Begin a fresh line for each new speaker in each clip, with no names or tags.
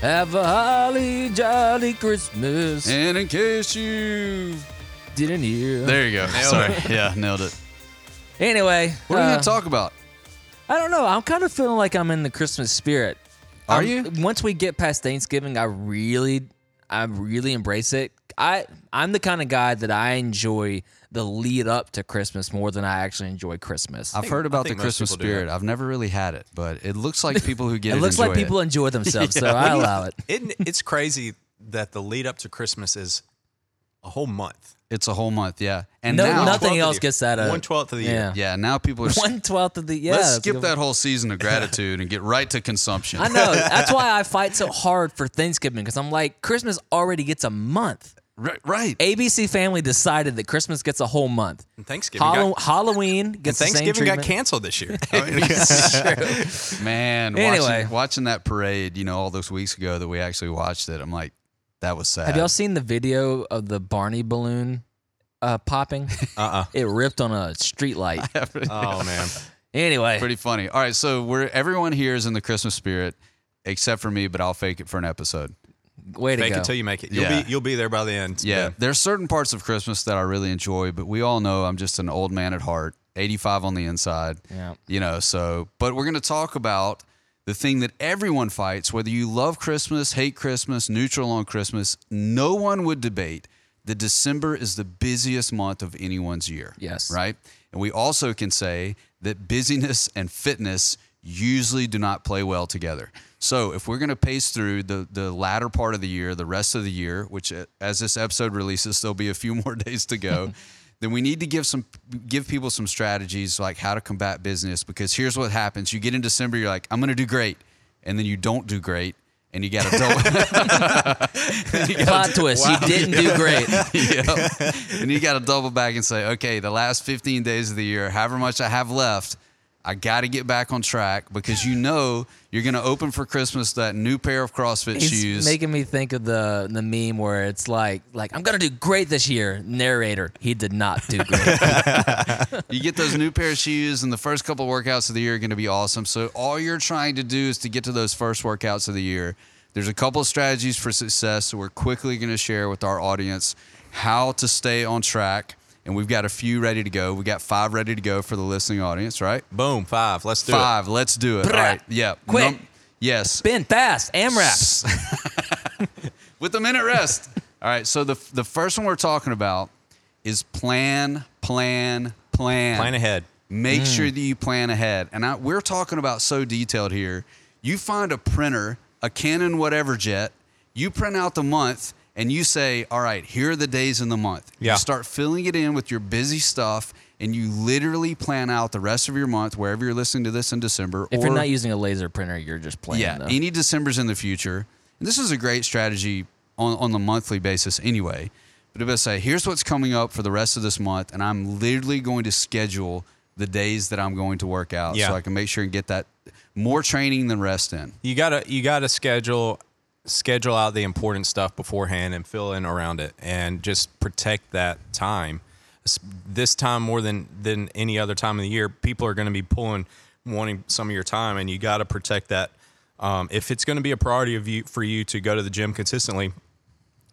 Have a holly jolly Christmas.
And in case you,
Didn't hear.
Eh, there you go.
Nailed
Sorry,
it.
yeah, nailed it.
Anyway,
What are we
uh,
gonna talk about?
I don't know. I'm kind of feeling like I'm in the Christmas spirit.
Are
I'm-
you?
Once we get past Thanksgiving, I really, I really embrace it. I I'm the kind of guy that I enjoy the lead up to Christmas more than I actually enjoy Christmas.
I've
think-
heard
I
about the
think most
Christmas
people do that.
spirit. I've never really had it, but it looks like people who get
it
it.
looks like
enjoy
people
It.
enjoy themselves, so I allow it.
It, it's crazy that the lead up to Christmas is a whole month.
It's a whole month, yeah. And
No,
now,
nothing
12th of
else
the-
gets that up.
One twelfth of the year.
Yeah.
yeah, now people are.
One twelfth of the yeah.
let's
that's a
skip
good
that whole season of gratitude and get right to consumption.
I know. That's why I fight so hard for Thanksgiving because I'm like, Christmas already gets a month.
Right, right.
ABC Family decided that Christmas gets a whole month.
And Thanksgiving.
Hallow-
got,
Halloween
and
gets the same
Thanksgiving got
treatment.
canceled this year.
Man,
Anyway.
watching, watching that parade, you know, all those weeks ago that we actually watched it, I'm like, that was sad.
Have y'all seen the video of the Barney balloon uh, popping?
Uh-uh.
it ripped on a street light.
Oh man.
Anyway,
Pretty funny. All right, so we're everyone here is in the Christmas spirit, except for me, but I'll fake it for an episode.
way to
Fake
go.
it till you make it. You'll
Yeah.
be you'll be there by the end.
Yeah, there's certain parts of Christmas that I really enjoy, but we all know I'm just an old man at heart, 85 on the inside.
Yeah.
You know, so but we're going to talk about the thing that everyone fights, whether you love Christmas, hate Christmas, neutral on Christmas, no one would debate that December is the busiest month of anyone's year.
Yes.
Right? And we also can say that busyness and fitness usually do not play well together. So if we're going to pace through the, the latter part of the year, the rest of the year, which uh, as this episode releases, there'll be a few more days to go, then we need to give some give people some strategies like how to combat business because here's what happens. You get in December, you're like, I'm going to do great. And then you don't do great and you got to double.
Plot twist. You didn't do great.
yep. And you got to double back and say, okay, the last 15 days of the year, however much I have left, I got to get back on track because you know you're going to open for Christmas that new pair of CrossFit
It's
shoes.
making me think of the the meme where it's like like I'm gonna do great this year. Narrator, he did not do great.
you get those new pair of shoes, and the first couple of workouts of the year are going to be awesome. So, all you're trying to do is to get to those first workouts of the year. There's a couple of strategies for success. So, we're quickly going to share with our audience how to stay on track. And we've got a few ready to go. We got five ready to go for the listening audience, right?
Boom. Five. Let's do it.
Five. Let's do it.
Brah.
All right. Yeah.
Quick.
yes.
Spin fast. AMRAP.
With a minute rest. All right. So the the first one we're talking about is plan, plan, plan.
Plan ahead.
Make
Mm.
sure that you plan ahead. And I, we're talking about so detailed here. You find a printer, a Canon whatever jet. You print out the month. And you say, all right, here are the days in the month.
Yeah.
You start filling it in with your busy stuff, and you literally plan out the rest of your month, wherever you're listening to this in December.
If
or
you're not using a laser printer, you're just playing.
yeah,
E
though.
any December's in the future. And this is a great strategy on, on the monthly basis anyway. But if I say, here's what's coming up for the rest of this month, and I'm literally going to schedule the days that I'm going to work out
Yeah.
so I can make sure and get that more training than rest in.
You gotta you gotta schedule schedule out the important stuff beforehand and fill in around it and just protect that time. S- This time more than than any other time of the year, people are going to be pulling wanting some of your time, and you got to protect that. Um, if it's going to be a priority of you for you to go to the gym consistently,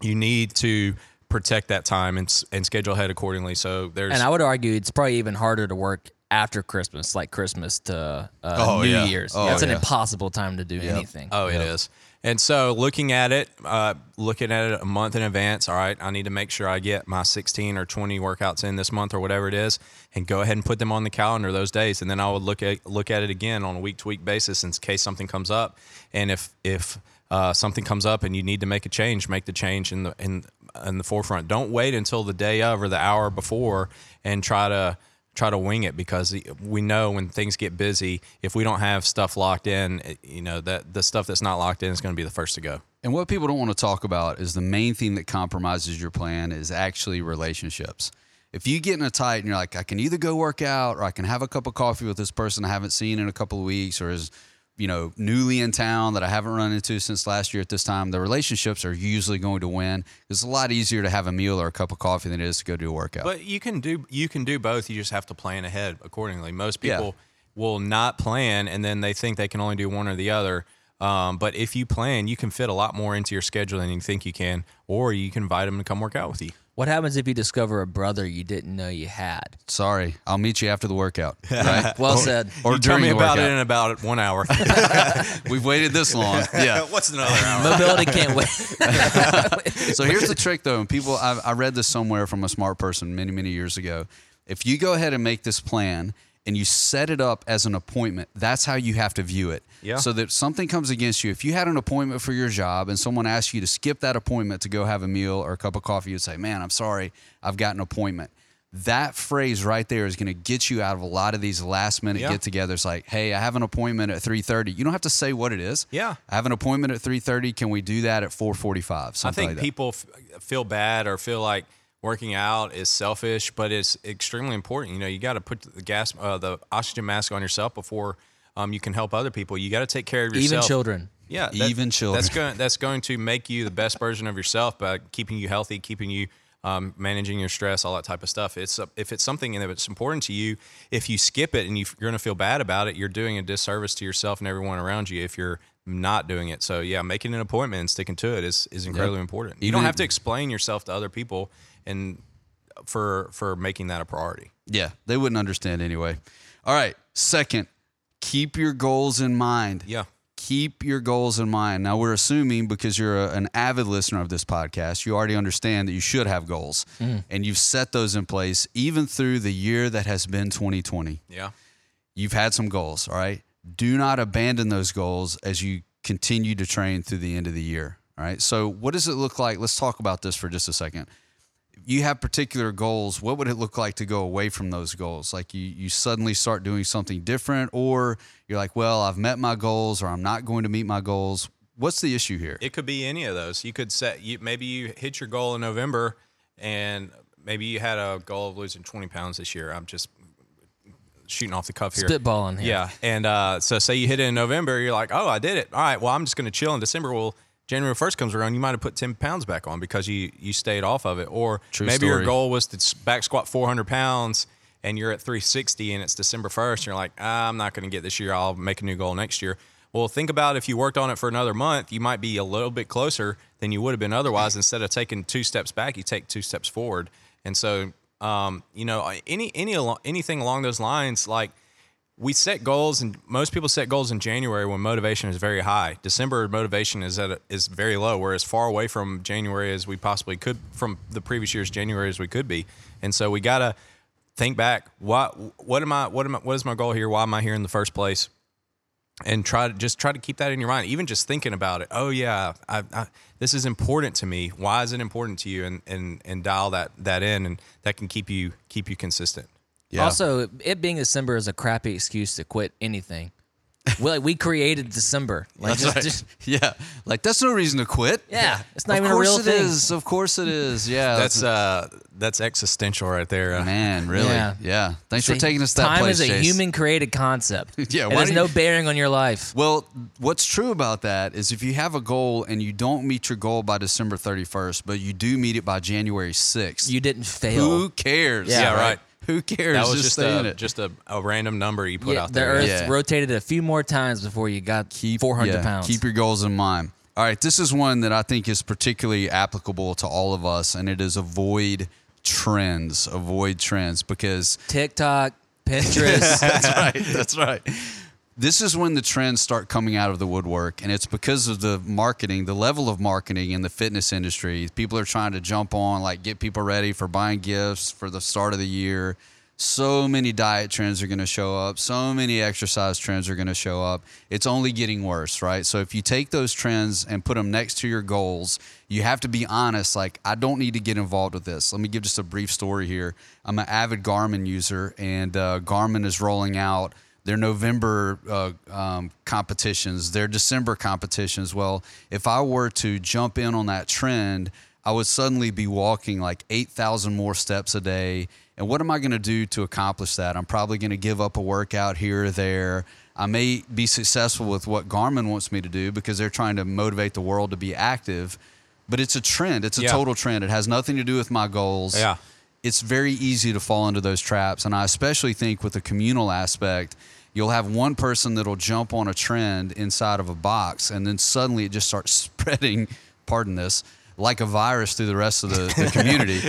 you need to protect that time and s- and schedule ahead accordingly. So there's
And I would argue it's probably even harder to work after Christmas, like Christmas to uh,
Oh,
New
yeah.
Year's.
Oh,
That's an
yeah. Uh,
impossible time to do anything.
Oh, it is. And so looking at it, uh, looking at it a month in advance, all right, I need to make sure I get my 16 or 20 workouts in this month or whatever it is, and go ahead and put them on the calendar those days. And then I would look at look at it again on a week to week basis in case something comes up. And if if uh, something comes up and you need to make a change, make the change in the in in the forefront. Don't wait until the day of or the hour before and try to try to wing it because we know when things get busy, if we don't have stuff locked in, it- you know that the stuff that's not locked in is going to be the first to go.
And what people don't want to talk about is the main thing that compromises your plan is actually relationships. If you get in a tight and you're like, I can either go work out or I can have a cup of coffee with this person I haven't seen in a couple of weeks or is, you know, newly in town that I haven't run into since last year at this time, the relationships are usually going to win. It's a lot easier to have a meal or a cup of coffee than it is to go do a workout.
But you can do you can do both. You just have to plan ahead accordingly. Most
Yeah.
people will not plan and then they think they can only do one or the other. Um, but if you plan, you can fit a lot more into your schedule than you think you can, or you can invite them to come work out with you.
What happens if you discover a brother you didn't know you had?
Sorry, I'll meet you after the workout. Right?
Well said.
Or
you tell
during
me
the
about it in
workout.
about one hour.
We've waited this long. Yeah.
What's another hour?
Mobility can't wait.
So here's the trick, though. And people, I, I read this somewhere from a smart person many, many years ago. If you go ahead and make this plan and you set it up as an appointment, that's how you have to view it.
Yeah.
So that if something comes against you, if you had an appointment for your job and someone asks you to skip that appointment to go have a meal or a cup of coffee, you'd say, "Man, I'm sorry, I've got an appointment." That phrase right there is going to get you out of a lot of these last minute
Yeah.
get-togethers. Like, "Hey, I have an appointment at 3:30." You don't have to say what it is.
Yeah.
I have an appointment at 3:30. Can we do that at 4:45?
I
Something
think
like that.
people f- feel bad or feel like working out is selfish, but it's extremely important. You know, you got to put the gas, uh, the oxygen mask on yourself before um, you can help other people. You got to take care of yourself.
Even children.
Yeah,
Even children.
That's going that's going to make you the best version of yourself by keeping you healthy, keeping you um, managing your stress, all that type of stuff. It's if it's something that it's important to you, if you skip it and you, you're going to feel bad about it, you're doing a disservice to yourself and everyone around you if you're not doing it. So yeah, making an appointment and sticking to it is is incredibly important. You don't
Even-
have to explain yourself to other people and for for making that a priority.
Yeah, they wouldn't understand anyway. All right. Second, keep your goals in mind.
Yeah.
Keep your goals in mind. Now, we're assuming because you're a, an avid listener of this podcast, you already understand that you should have goals and you've set those in place even through the year that has been 2020
Yeah.
you've had some goals, all right? Do not abandon those goals as you continue to train through the end of the year, all right? So, what does it look like? Let's talk about this for just a second. You have particular goals. What would it look like to go away from those goals? Like you, you suddenly start doing something different, or you're like, well, I've met my goals, or I'm not going to meet my goals. What's the issue here?
It could be any of those. You could set you maybe you hit your goal in November and maybe you had a goal of losing 20 pounds this year. I'm just shooting off the cuff here.
Spitballing here.
Yeah. And uh, so say you hit it in November, you're like, "Oh, I did it. All right, well, I'm just going to chill in December." Well, January 1st comes around, you might have put 10 pounds back on because you you stayed off of it or
True
maybe your
story.
goal was to s- back squat 400 pounds and you're at 360 and it's December 1st and you're like, "Ah, "I'm not going to get this year. I'll make a new goal next year." Well, think about if you worked on it for another month, you might be a little bit closer than you would have been otherwise. Instead of taking two steps back, you take two steps forward. And so, um, you know, any any alo- anything along those lines, like we set goals, and most people set goals in January when motivation is very high. December motivation is at a, is very low. We're as far away from January as we possibly could from the previous year's January as we could be, and so we gotta think back. What what am I? What am I? What is my goal here? Why am I here in the first place? and try to just try to keep that in your mind even just thinking about it oh yeah I, I, this is important to me why is it important to you and and and dial that that in and that can keep you keep you consistent
Yeah.
Also, it being December is a crappy excuse to quit anything. We like we created December. Like just, just
yeah, like that's no reason to quit.
Yeah, it's not
of
even a real
course it
thing.
is. Of course it is. Yeah,
that's uh that's existential right there Uh,
Man, really?
Yeah.
Yeah. Thanks for taking us that
time
place,
is a
Chase.
human created concept.
Yeah,
it
why
has
do
no
you-
bearing on your life.
Well, what's true about that is if you have a goal and you don't meet your goal by December 31st, but you do meet it by January 6th,
You didn't fail.
who cares?
Yeah. Yeah,
right.
Who cares?
that was
just
just
saying
a,
it.
just a, a random number you put
Yeah,
out
the
there
Earth
Yeah.
rotated a few more times before you got 400
yeah,
pounds.
Keep your goals in mind. All right, this is one that I think is particularly applicable to all of us, and it is avoid trends. Avoid trends because
TikTok, Pinterest.
That's right. That's right. This is when the trends start coming out of the woodwork, and it's because of the marketing, the level of marketing in the fitness industry. People are trying to jump on, like get people ready for buying gifts for the start of the year. So many diet trends are going to show up. So many exercise trends are going to show up. It's only getting worse, right? So if you take those trends and put them next to your goals, you have to be honest. Like, I don't need to get involved with this. Let me give just a brief story here. I'm an avid Garmin user, and uh, Garmin is rolling out their November uh, um, competitions, their December competitions. Well, if I were to jump in on that trend, I would suddenly be walking like 8,000 more steps a day. And what am I going to do to accomplish that? I'm probably going to give up a workout here or there. I may be successful with what Garmin wants me to do because they're trying to motivate the world to be active. But it's a trend, it's a
Yeah.
total trend. It has nothing to do with my goals
Yeah.
it's very easy to fall into those traps. And I especially think with the communal aspect, You'll have one person that'll jump on a trend inside of a box, and then suddenly it just starts spreading. Pardon this. Like a virus through the rest of the, the community.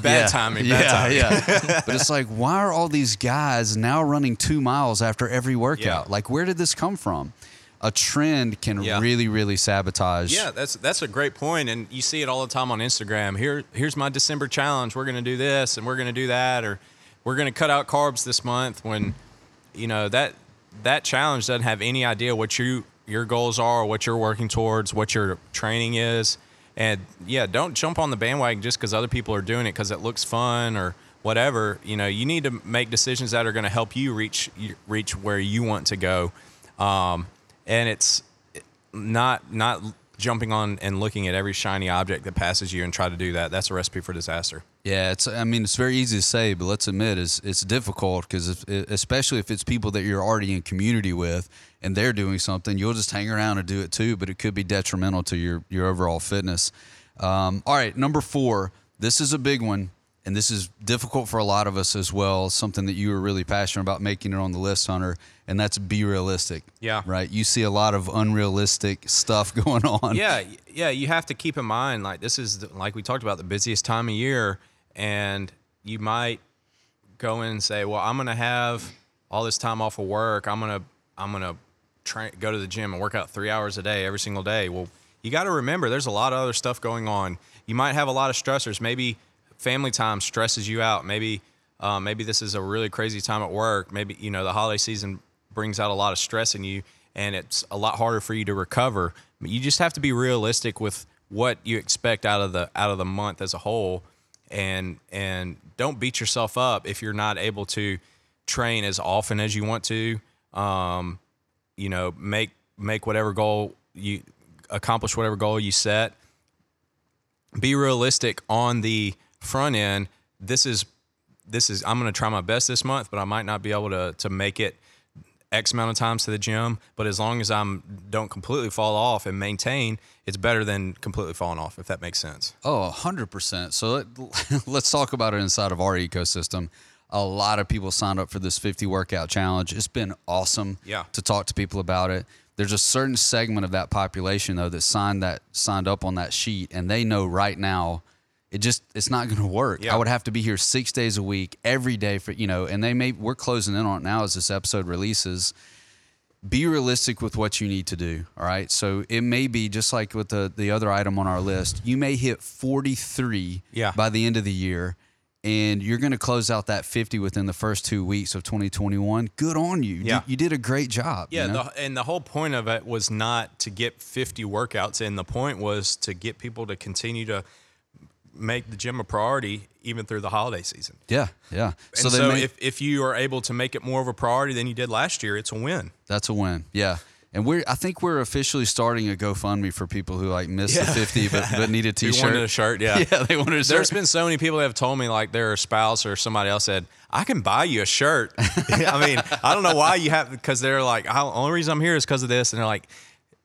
Bad timing. Bad
yeah,
timing.
yeah. but it's like, why are all these guys now running two miles after every workout?
Yeah.
Like, where did this come from? A trend can
Yeah.
really, really sabotage.
Yeah, that's that's a great point, and you see it all the time on Instagram. Here, here's my December challenge. We're gonna do this, and we're gonna do that, or we're gonna cut out carbs this month. When you know that that challenge doesn't have any idea what you your goals are, what you're working towards, what your training is, and yeah, don't jump on the bandwagon just because other people are doing it because it looks fun or whatever. You know, you need to make decisions that are gonna help you reach you- reach where you want to go, um, and it's not not jumping on and looking at every shiny object that passes you and try to do that. That's a recipe for disaster.
Yeah, it's. I mean, it's very easy to say, but let's admit it's it's difficult because if, e, especially if it's people that you're already in community with and they're doing something, you'll just hang around and do it too. But it could be detrimental to your your overall fitness. Um, all right, number four. This is a big one, and this is difficult for a lot of us as well. Something that you were really passionate about making it on the list, Hunter, and that's be realistic.
Yeah.
Right. You see a lot of unrealistic stuff going on.
Yeah, y- yeah, you have to keep in mind like this is the- like we talked about the busiest time of year and you might go in and say, "Well, I'm going to have all this time off of work. I'm going to I'm going to train go to the gym and work out 3 hours a day every single day." Well, you got to remember there's a lot of other stuff going on. You might have a lot of stressors. Maybe family time stresses you out. Maybe uh, maybe this is a really crazy time at work. Maybe you know the holiday season brings out a lot of stress in you, and it's a lot harder for you to recover. But You just have to be realistic with what you expect out of the out of the month as a whole, and and don't beat yourself up if you're not able to train as often as you want to. Um, you know, make make whatever goal you accomplish whatever goal you set be realistic on the front end. This is this is I'm going to try my best this month, but I might not be able to to make it X amount of times to the gym. But as long as I'm don't completely fall off and maintain, it's better than completely falling off. If that makes sense.
Oh, 100%. So let, let's talk about it inside of our ecosystem. A lot of people signed up for this 50 workout challenge. It's been awesome
Yeah.
to talk to people about it. There's a certain segment of that population though that signed that signed up on that sheet and they know right now it just it's not going to work.
Yeah.
I would have to be here 6 days a week every day for you know and they may we're closing in on it now as this episode releases be realistic with what you need to do. All right. So it may be just like with the, the other item on our list, you may hit 43
Yeah.
by the end of the year, and you're going to close out that 50 within the first two weeks of 2021. Good on you. You-
Yeah.
You, did a great job. you
Yeah,
know?
the, and the whole point of it was not to get 50 workouts in. The point was to get people to continue to make the gym a priority even through the holiday season.
yeah. Yeah.
And so,
they may-
if, if you are able to make it more of a priority than you did last year, it's a win.
That's a win. Yeah. And we're I think we're officially starting a GoFundMe for people who like missed the 50 but, but need a
Who
t-shirt.
wanted a shirt, yeah.
Yeah, they wanted a shirt.
There's been so many people that have told me like their spouse or somebody else said, "I can buy you a shirt." I mean, I don't know why you have because they're like, "I- "Only reason I'm here is because of this," and they're like,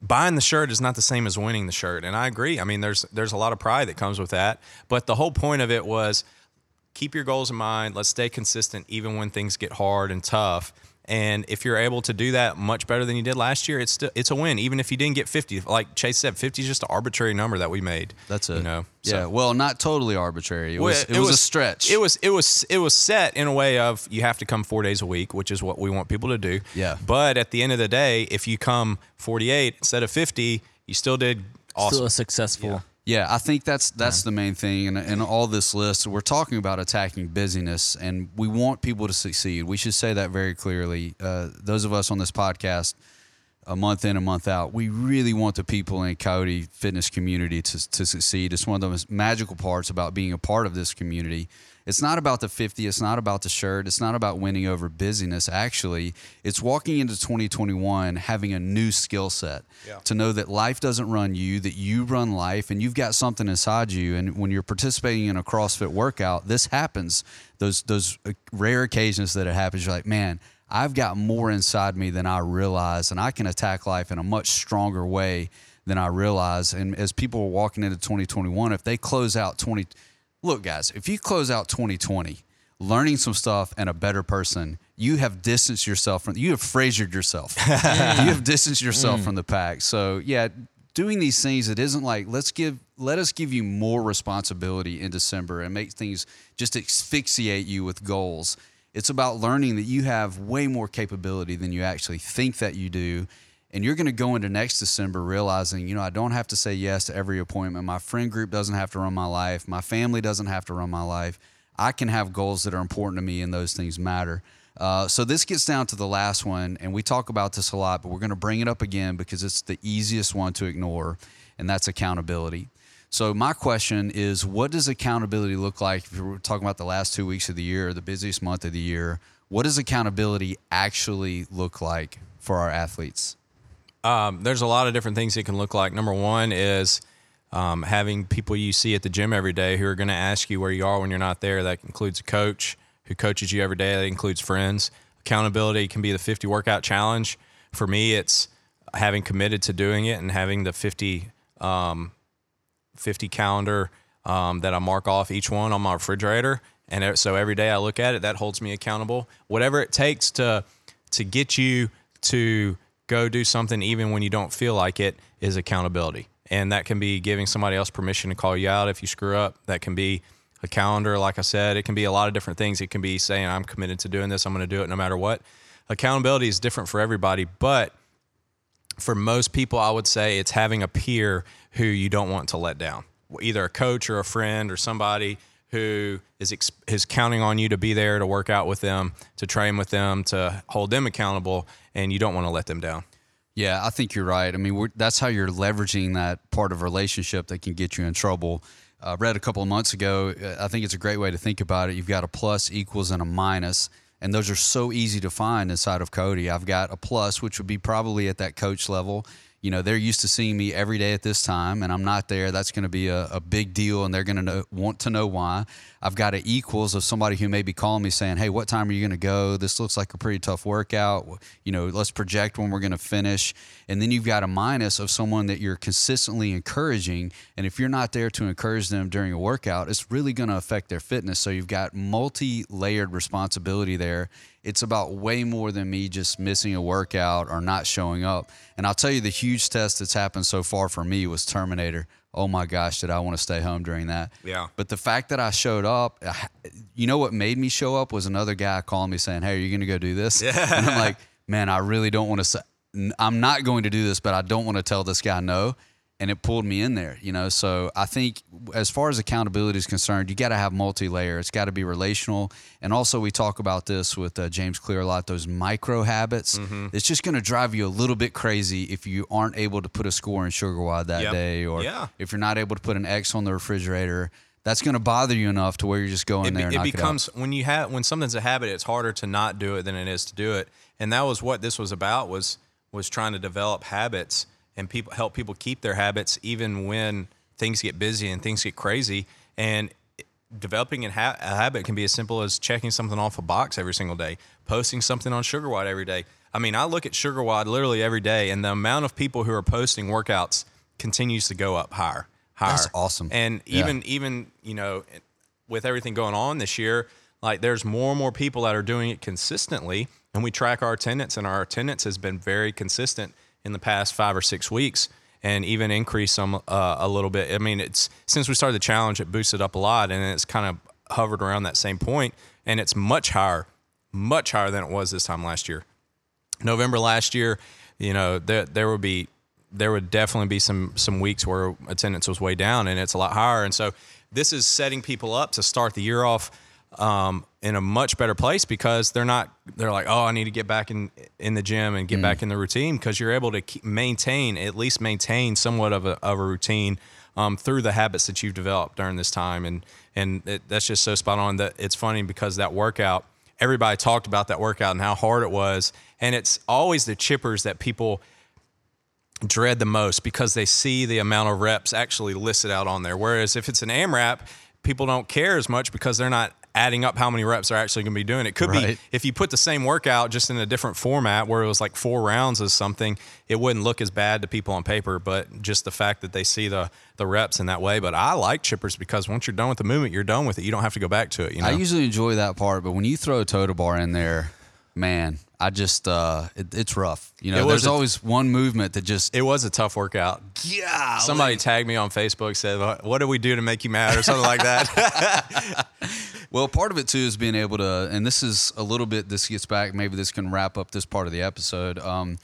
"Buying the shirt is not the same as winning the shirt," and I agree. I mean, there's there's a lot of pride that comes with that, but the whole point of it was keep your goals in mind. Let's stay consistent even when things get hard and tough. And if you're able to do that much better than you did last year, it's still, it's a win. Even if you didn't get 50, like Chase said, 50 is just an arbitrary number that we made.
That's it.
You know,
yeah. Well, not totally arbitrary. It was it, was, a stretch.
It was it was it was set in a way of you have to come four days a week, which is what we want people to do.
Yeah.
But at the end of the day, if you come forty eight instead of fifty, you still did awesome.
Still a successful.
Yeah, I think that's that's the main thing, and in all this list, we're talking about attacking busyness, and we want people to succeed. We should say that very clearly. Uh, those of us on this podcast, a month in and month out, we really want the people in Coyote fitness community to to succeed. It's one of the most magical parts about being a part of this community. It's not about the fifty. It's not about the shirt. It's not about winning over busyness. Actually, it's walking into 2021 having a new skill set
Yeah.
to know that life doesn't run you, that you run life, and you've got something inside you. And when you're participating in a CrossFit workout, this happens. Those those uh, rare occasions that it happens, you're like, man, I've got more inside me than I realize, and I can attack life in a much stronger way than I realize. And as people are walking into 2021, if they close out 20, look, guys, if you close out 2020 learning some stuff and a better person, you have distanced yourself from you have frasered yourself. you have distanced yourself from the pack. So yeah, doing these things it isn't like let's give let us give you more responsibility in December and make things just asphyxiate you with goals. It's about learning that you have way more capability than you actually think that you do. And you're going to go into next December realizing, you know, I don't have to say yes to every appointment. My friend group doesn't have to run my life. My family doesn't have to run my life. I can have goals that are important to me and those things matter. Uh, so this gets down to the last one, and we talk about this a lot, but we're going to bring it up again because it's the easiest one to ignore, and that's accountability. So my question is, what does accountability look like? If we're talking about the last two weeks of the year, the busiest month of the year, what does accountability actually look like for our athletes?
Um, there's a lot of different things it can look like. Number one is um, having people you see at the gym every day who are going to ask you where you are when you're not there. That includes a coach who coaches you every day. That includes friends. Accountability can be the 50 workout challenge. For me, it's having committed to doing it and having the 50 um, 50 calendar um, that I mark off each one on my refrigerator. And e- so every day I look at it, that holds me accountable. Whatever it takes to to get you to go do something, even when you don't feel like it, is accountability. And that can be giving somebody else permission to call you out if you screw up. That can be a calendar, like I said. It can be a lot of different things. It can be saying, I'm committed to doing this. I'm going to do it no matter what. Accountability is different for everybody, but for most people, I would say it's having a peer who you don't want to let down, either a coach or a friend or somebody who is ex- is counting on you to be there to work out with them, to train with them, to hold them accountable, and you don't want to let them down.
Yeah, I think you're right. I mean, we're, that's how you're leveraging that part of a relationship that can get you in trouble. I read a couple of months ago. uh, I think it's a great way to think about it. You've got a plus, equals, and a minus, and those are so easy to find inside of Cody. I've got a plus, which would be probably at that coach level. You know, they're used to seeing me every day at this time, and I'm not there. That's going to be a, a big deal, and they're going to know, want to know why. I've got an equals of somebody who may be calling me saying, "Hey, what time are you going to go? This looks like a pretty tough workout. You know, let's project when we're going to finish." And then you've got a minus of someone that you're consistently encouraging, and if you're not there to encourage them during a workout, it's really going to affect their fitness. So you've got multi-layered responsibility there. It's about way more than me just missing a workout or not showing up. And I'll tell you the huge test that's happened so far for me was Terminator. Oh my gosh, did I want to stay home during that?
Yeah.
But the fact that I showed up, I- you know what made me show up was another guy calling me saying, "Hey, are you going to go do this?" And I'm like, "Man, I really don't want to say n- I'm not going to do this, but I don't want to tell this guy no." And it pulled me in there, you know. So I think, as far as accountability is concerned, you got to have multi-layer. It's got to be relational, and also we talk about this with uh, James Clear a lot. Those micro habits. It's just going to drive you a little bit crazy if you aren't able to put a score in Sugar Wad that
Yep.
day, or
Yeah.
if you're not able to put an X on the refrigerator, that's going to bother you enough to where you're just going
it, be-
there. and
it
knock out.
becomes when you have when something's a habit it's harder to not do it than it is to do it and that was what this was about was was trying to develop habits and people help people keep their habits even when things get busy and things get crazy and developing a, ha- a habit can be as simple as checking something off a box every single day posting something on sugarwad every day i mean i look at sugarwad literally every day and the amount of people who are posting workouts continues to go up higher higher
That's awesome.
and
Yeah.
even even you know with everything going on this year like there's more and more people that are doing it consistently and we track our attendance and our attendance has been very consistent in the past five or six weeks and even increased some uh, a little bit i mean it's since we started the challenge it boosted up a lot and it's kind of hovered around that same point and it's much higher much higher than it was this time last year November last year, you know, there there would be there would definitely be some some weeks where attendance was way down, and it's a lot higher. And so this is setting people up to start the year off um, in a much better place because they're not they're like, oh, I need to get back in in the gym and get back in the routine because you're able to keep, maintain at least maintain somewhat of a of a routine. Um, through the habits that you've developed during this time, and and it, that's just so spot on. That it's funny because that workout, everybody talked about that workout and how hard it was. And it's always the chippers that people dread the most because they see the amount of reps actually listed out on there. Whereas if it's an AMRAP, people don't care as much because they're not adding up how many reps are actually going to be doing. It could
Right.
be if you put the same workout just in a different format where it was like four rounds or something, it wouldn't look as bad to people on paper, but just the fact that they see the the reps in that way. But I like chippers because once you're done with the movement, you're done with it. You don't have to go back to it, you know.
I usually enjoy that part, but when you throw a Tota bar in there, man, I just uh, it, it's rough. You
It
know,
was
there's
a-
always one movement that just
It was a tough workout.
yeah.
Somebody tagged me on Facebook said, "What- "What do we do to make you mad?" or something like that.
Well, part of it too is being able to, and this is a little bit. This gets back. Maybe this can wrap up this part of the episode. Um,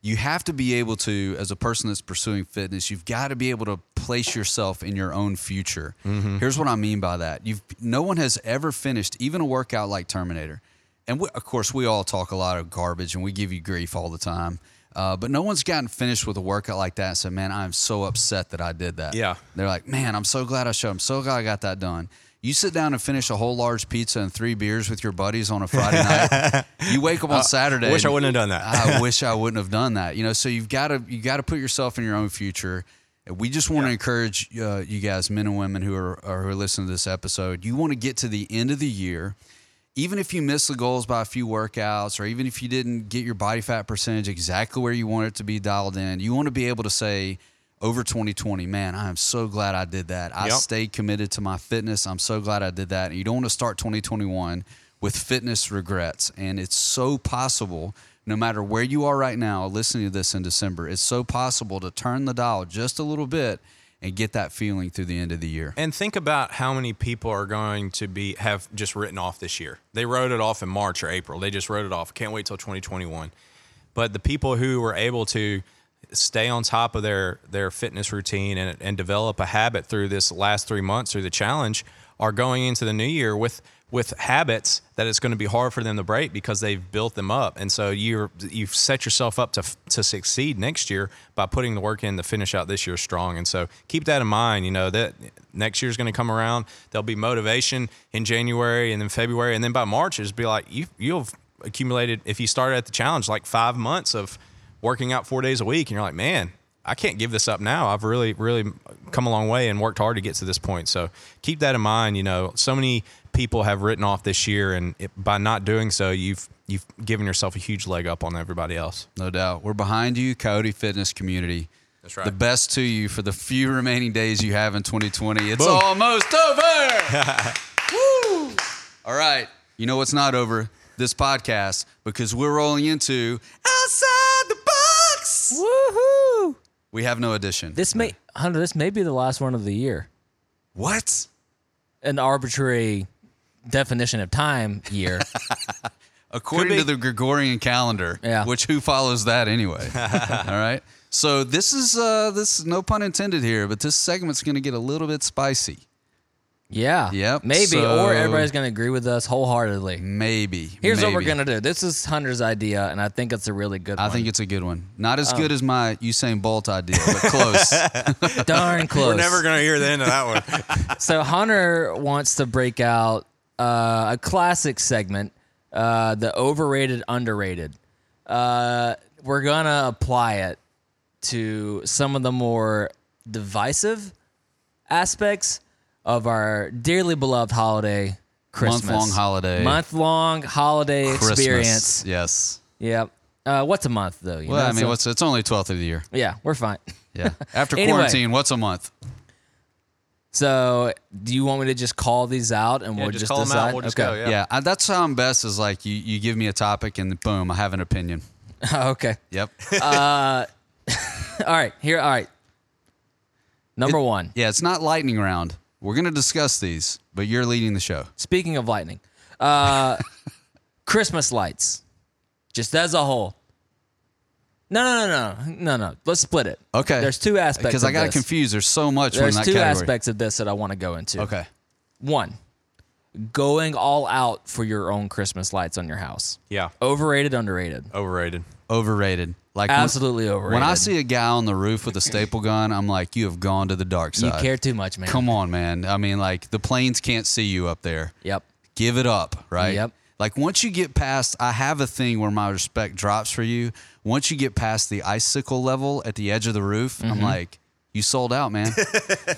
you have to be able to, as a person that's pursuing fitness, you've got to be able to place yourself in your own future. Here's what I mean by that. You've no one has ever finished even a workout like Terminator, and we, of course we all talk a lot of garbage and we give you grief all the time. Uh, but no one's gotten finished with a workout like that and said, "Man, I'm so upset that I did that."
Yeah.
They're like, man, I'm so glad I showed. I'm so glad I got that done. You sit down and finish a whole large pizza and three beers with your buddies on a Friday night. You wake up on Saturday.
wish I
and-
wouldn't have done that.
I wish I wouldn't have done that. You know, so you've got to you got to put yourself in your own future. And We just want to encourage uh, you guys, men and women who are, are who are listening to this episode. You want to get to the end of the year, even if you miss the goals by a few workouts, or even if you didn't get your body fat percentage exactly where you want it to be dialed in. You want to be able to say over 2020, man, I am so glad I did that. I
Yep.
stayed committed to my fitness. I'm so glad I did that. And you don't want to start 2021 with fitness regrets. And it's so possible, no matter where you are right now, listening to this in December, it's so possible to turn the dial just a little bit and get that feeling through the end of the year.
And think about how many people are going to be have just written off this year. They wrote it off in March or April. They just wrote it off. Can't wait till 2021. But the people who were able to stay on top of their their fitness routine and, and develop a habit through this last three months through the challenge are going into the new year with with habits that it's going to be hard for them to break because they've built them up. And so you're you've set yourself up to f- to succeed next year by putting the work in to finish out this year strong. And so keep that in mind. You know that next year's going to come around. There'll be motivation in January and then February and then by March it's be like you you've accumulated if you started at the challenge like five months of working out four days a week and you're like man i can't give this up now i've really really come a long way and worked hard to get to this point so keep that in mind you know so many people have written off this year and it, by not doing so you've you've given yourself a huge leg up on everybody else
No doubt. We're behind you, Coyote Fitness Community.
That's right.
The best to you for the few remaining days you have in 2020. It's
Boom.
almost over. Woo! All right. You know what's not over? This podcast, because we're rolling into Outside the Box.
Woohoo!
We have no addition.
This may Hunter, this may be the last one of the year.
what?
An arbitrary definition of time year.
According to
be.
the Gregorian calendar,
Yeah.
which who follows that anyway? All right. So this is uh this no pun intended here, but this segment's going to get a little bit spicy.
yeah.
Yep,
Maybe.
so-
or everybody's gonna agree with us wholeheartedly.
Maybe.
Here's what we're
maybe.
gonna do. This is Hunter's idea, and I think it's a really good
I
one.
think it's a good one. Not
Oh.
as good as my Usain Bolt idea, but close.
it's darn close.
we're never going to hear the end of that one
So Hunter wants to break out uh, a classic segment, uh, the overrated, underrated. Uh, we're gonna apply it to some of the more divisive aspects of our dearly beloved holiday Christmas
Month-long holiday.
month long holiday
Christmas.
experience.
Yes.
Yep. Uh, what's a month though? You
Well,
know?
I mean,
So-
what's it's only twelfth of the year.
yeah, we're fine.
Yeah. After
Anyway.
quarantine, what's a month?
So, do you want me to just call these out and we'll
just
just,
call 'em out,
decide?
we'll just go,
Yeah.
Yeah.
I, that's how I'm best. Is like you you give me a topic and boom, I have an opinion.
okay.
Yep.
All right, here. All right. Number one.
yeah. It's not lightning round. We're gonna discuss these, but you're leading the show.
Speaking of lightning, uh, Christmas lights, just as a whole. No, no, no, no, no, no. Let's split it.
Okay.
There's two aspects.
Because I
of
got
this.
confused. There's so much. in
There's
that
two
category.
aspects of this that I want to go into.
Okay.
One, going all out for your own Christmas lights on your house.
yeah
Overrated, underrated.
overrated
Overrated. Like when-
Absolutely overrated.
When I see a guy on the roof with a staple gun, I'm like, you have gone to the dark
you
side.
care too much, man.
Come on, man. I mean, like the planes can't see you up there.
Yep.
Give it up, right?
Yep.
Like once you get past, I have a thing where my respect drops for you. Once you get past the icicle level at the edge of the roof,
Mm-hmm.
I'm like, you sold out, man.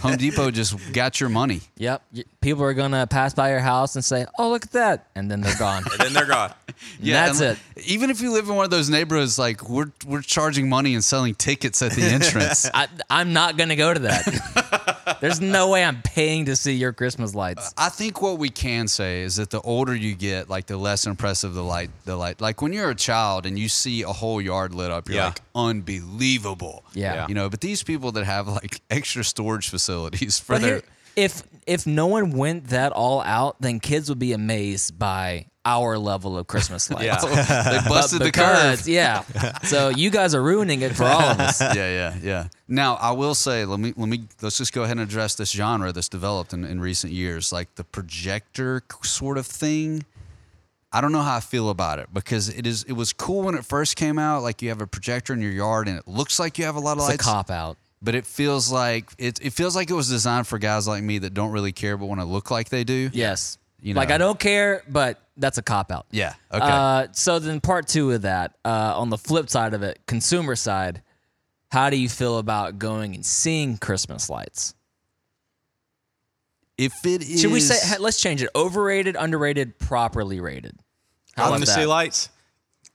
Home Depot just got your money.
Yep. Y- People are gonna pass by your house and say, "Oh, look at that," and then they're gone.
then they're gone
that's
and like, Even if you live in one of those neighborhoods, like we're we're charging money and selling tickets at the entrance.
I, I'm not gonna go to that. There's no way I'm paying to see your Christmas lights.
I think what we can say is that the older you get, like the less impressive the light. The light, like when you're a child and you see a whole yard lit up, you're
Yeah.
like unbelievable.
Yeah. Yeah.
you know. But these people that have like extra storage facilities for
But
their
here- if if no one went that all out, then kids would be amazed by our level of Christmas lights.
Yeah.
they
But
busted the
because,
curve.
yeah. So you guys are ruining it for all of us.
yeah, yeah, yeah. Now I will say, let me let me let's just go ahead and address this genre that's developed in, in recent years, like the projector k- sort of thing. I don't know how I feel about it because it is it was cool when it first came out. Like you have a projector in your yard and it looks like you have a lot of
It's a
lights,
cop out.
but it feels like it it feels like it was designed for guys like me that don't really care but want to look like they do.
Yes.
You
Like
know.
I don't care, but that's a cop out.
Yeah. Okay.
Uh, so then, part two of that, uh, on the flip side of it, consumer side, how do you feel about going and seeing Christmas lights?
if it is,
Should we say? ha- Let's change it. Overrated, underrated, properly rated. How
Going
about
to see
that?
lights.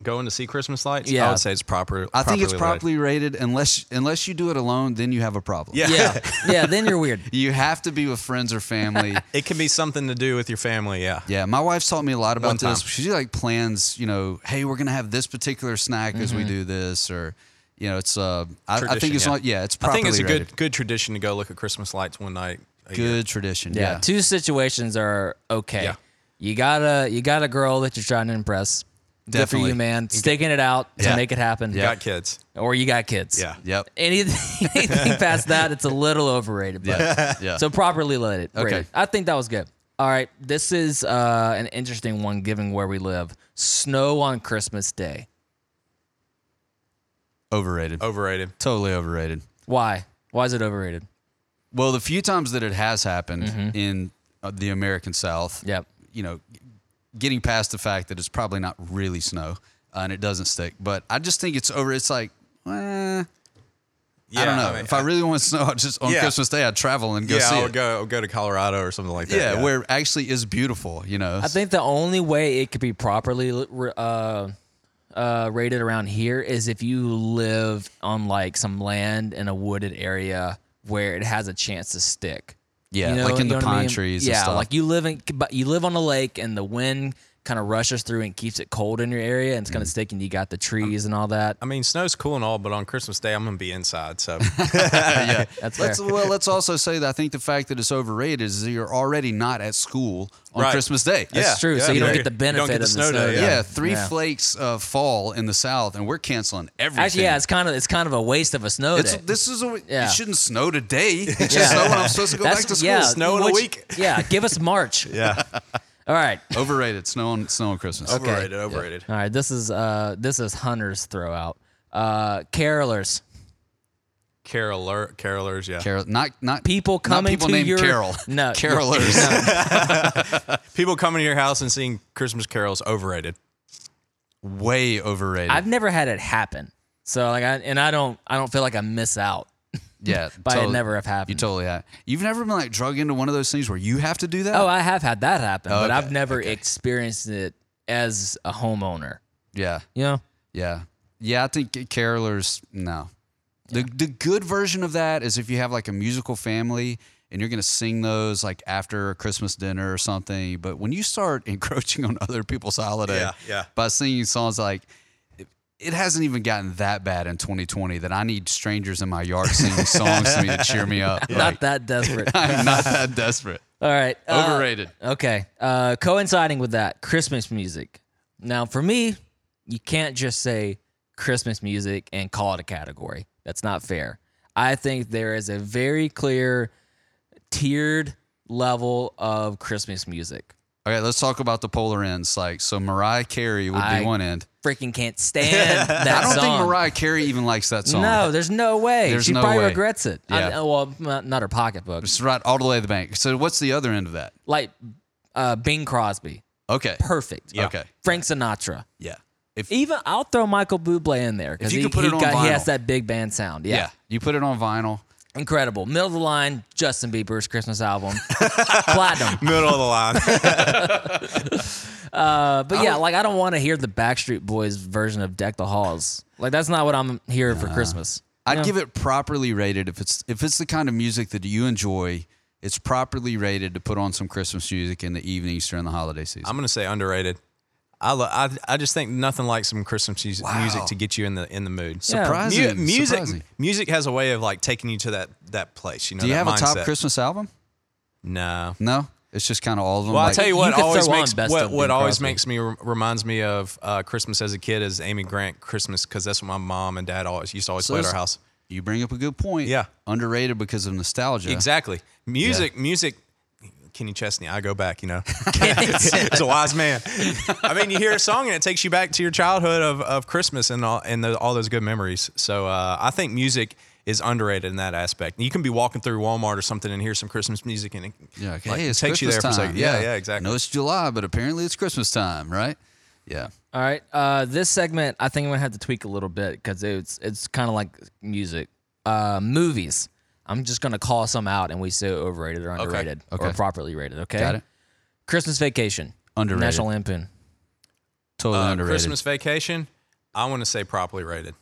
Going to see Christmas lights. I
Yeah.
would say it's proper.
I think it's
properly
properly rated unless unless you do it alone, then you have a problem.
Yeah.
Yeah, yeah. Then you're weird.
You have to be with friends or family.
rated. It can be something to do with your family. Yeah.
Yeah, my wife's taught me a lot
One
about this.
time.
She like plans, you know, hey, we're gonna have this particular snack as we do this, or you know, it's uh, I, I think
Mm-hmm. Tradition,
it's
yeah.
not, yeah, it's
I
properly
think it's a
rated.
good good tradition to go look at Christmas lights one night. a year.
good tradition.
Yeah,
Yeah,
two situations are okay.
Yeah.
You got a you got a girl that you're trying to impress. Good for
Definitely.
you, man. Sticking it out to
Yeah.
make it happen.
Got kids.
Or you got kids.
Yeah.
yep,
Anything, anything past that, it's a little overrated. But
yeah, yeah.
So properly let it.
Okay.
rated. I think that was good. All right. This is uh, an interesting one given where we live. Snow on Christmas Day.
overrated,
Overrated.
totally overrated.
Why? Why is it overrated?
Well, the few times that it has happened
Mm-hmm.
in uh, the American South,
Yep.
you know, getting past the fact that it's probably not really snow uh, and it doesn't stick, but I just think it's over. It's like. eh,
Yeah,
I don't know.
mean,
if I really want snow, I just on
Yeah.
Christmas Day I'd travel and go
yeah,
see
I'll
it.
go I'll go to Colorado or something like that.
yeah, where it actually is beautiful, you know.
I think the only way it could be properly uh, uh, rated around here is if you live on like some land in a wooded area where it has a chance to stick.
Yeah,
You know-
like in
you
the
know what I
pine
mean?
trees
Yeah,
and stuff.
like you live in, but you live on a lake, and the wind kind of rushes through and keeps it cold in your area, and it's gonna stick, and you got the trees and all that.
I mean, snow's cool and all, but on Christmas Day, I'm gonna be inside. So
That's fair.
let's, well, let's also say that I think the fact that it's overrated is that you're already not at school on
Right.
Christmas Day.
Yeah.
That's true. so
yeah,
you don't
yeah.
get the
You
benefit
don't get the
of the
snow
snow.
day,
Yeah, three flakes of fall in the South, and we're canceling everything.
Actually, yeah, it's kind of it's kind of a waste of a snow
It's-
day.
this is a,
Yeah.
it shouldn't snow today. It should
Yeah.
snow when I'm supposed to go
That's-
back to school.
yeah,
Snow in a
which-
week.
Yeah, give us March.
yeah,
All right.
Overrated. Snow on snow on Christmas.
overrated, overrated.
All right, this is uh this is Hunter's throwout. Uh carolers.
Caroler, carolers, yeah.
Carol, not not
People
not
coming
people
to
named
your-
Carol.
No.
carolers.
People coming to your house and singing Christmas carols, overrated.
Way overrated.
I've never had it happen. So like I and I don't I don't feel like I miss out.
yeah,
But it never have happened.
You totally have. You've never been like drug into one of those things where you have to do that.
Oh, I have had that happen, but
Okay,
I've never experienced it as a homeowner.
yeah.
You know?
Yeah. Yeah, I think carolers, no. The the good version of that is if you have like a musical family and you're gonna sing those like after a Christmas dinner or something. But when you start encroaching on other people's holiday
Yeah, yeah.
by singing songs like it- it hasn't even gotten that bad in 2020 that I need strangers in my yard singing songs to me to cheer me up. Like,
Not that desperate.
I'm not that desperate.
All right. uh,
Overrated.
Okay. Uh, coinciding with that, Christmas music. Now, for me, you can't just say Christmas music and call it a category. That's not fair. I think there is a very clear tiered level of Christmas music.
Okay, let's talk about the polar ends. Like, so Mariah Carey would
I-
be one end.
Freaking can't stand that
I don't
song.
think Mariah Carey even likes that song.
No, there's no way.
There's
she
no
probably
way.
regrets it. I-
Yeah.
oh, well, not not her pocketbook.
It's right all the way to the bank. So what's the other end of that?
Like uh, Bing Crosby,
Okay.
perfect.
Yeah.
Okay.
Frank Sinatra.
Yeah. If yeah.
Even I'll throw Michael Bublé in there because
If
he,
you could put
he
it on
got- he
vinyl.
has that big band sound. Yeah.
you put it on vinyl,
incredible. Middle of the line, Justin Bieber's Christmas album, platinum.
Middle of the line.
Uh, but yeah, like I don't want to hear the Backstreet Boys version of "Deck the Halls." Like that's not what I'm here for Christmas.
I'd give it properly rated if it's if it's the kind of music that you enjoy. It's properly rated to put on some Christmas music in the evenings during the holiday season.
I'm gonna say underrated. I, lo- I I just think nothing like some Christmas mus- music
Wow.
to get you in the in the mood.
Yeah.
surprising,
Mu- music
surprising.
music has a way of like taking you to that that place. You know,
Do you
that
have a top
mindset.
Christmas album?
No.
No, it's just kind of all of them.
Well, I'll
like-
tell you what
could
always
throw on
makes
Best
what,
of
what
Bing
always
Crosby.
makes me reminds me of uh, Christmas as a kid is Amy Grant Christmas because that's what my mom and dad always used to always
So
play at our
it's-
house.
You bring up a good point.
Yeah.
Underrated because of nostalgia.
Exactly. Music, music. Kenny Chesney, I go back, you know. He's a wise man. I mean, you hear a song and it takes you back to your childhood of, of Christmas and all and the, all those good memories. So uh, I think music is underrated in that aspect. You can be walking through Walmart or something and hear some Christmas music and it
Yeah. Like,
like,
hey, it's
takes you
Christmas
there for a
time.
second. Yeah, yeah, exactly.
I know it's July, but apparently it's Christmas time, right? Yeah.
All right. Uh, this segment, I think I'm gonna have to tweak a little bit because it's it's kind of like music, uh, movies. I'm just gonna call some out, and we say overrated or underrated or
Okay.
properly rated. Okay.
Got it.
Christmas Vacation.
Underrated.
National Lampoon.
Totally
Uh,
underrated.
Christmas vacation, I want to say properly rated.